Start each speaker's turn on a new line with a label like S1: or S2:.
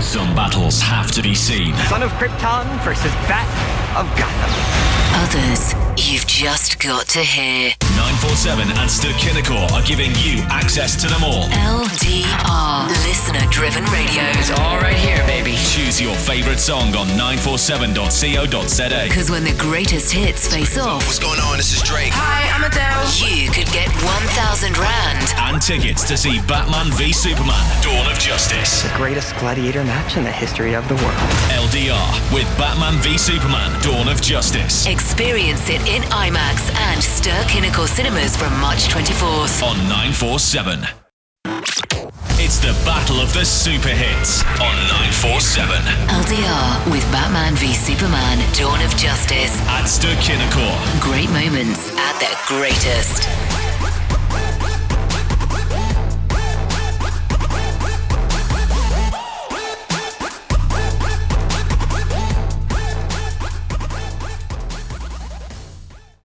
S1: Some battles have to be seen,
S2: Son of Krypton versus Bat of Gotham.
S3: Others you've just got to hear.
S1: 947 and Stokinicore are giving you access to them all.
S3: LDR, listener driven radio.
S4: It's all right here, baby.
S1: Choose your favourite song on 947.co.za.
S3: Because when the greatest hits face off,
S5: What's going on? This is Drake.
S4: Hi, I'm Adele.
S3: you could get 1,000 Rand.
S1: And tickets to see Batman v Superman Dawn of Justice.
S2: The greatest gladiator match in the history of the world.
S1: LDR with Batman v Superman Dawn of Justice.
S3: Experience it in IMAX and Stir Kinnickle Cinemas from March 24th.
S1: on 947. It's the Battle of the Super Hits on 947
S3: LDR with Batman v Superman Dawn of Justice.
S1: at Sturkinacore.
S3: Great moments at their greatest.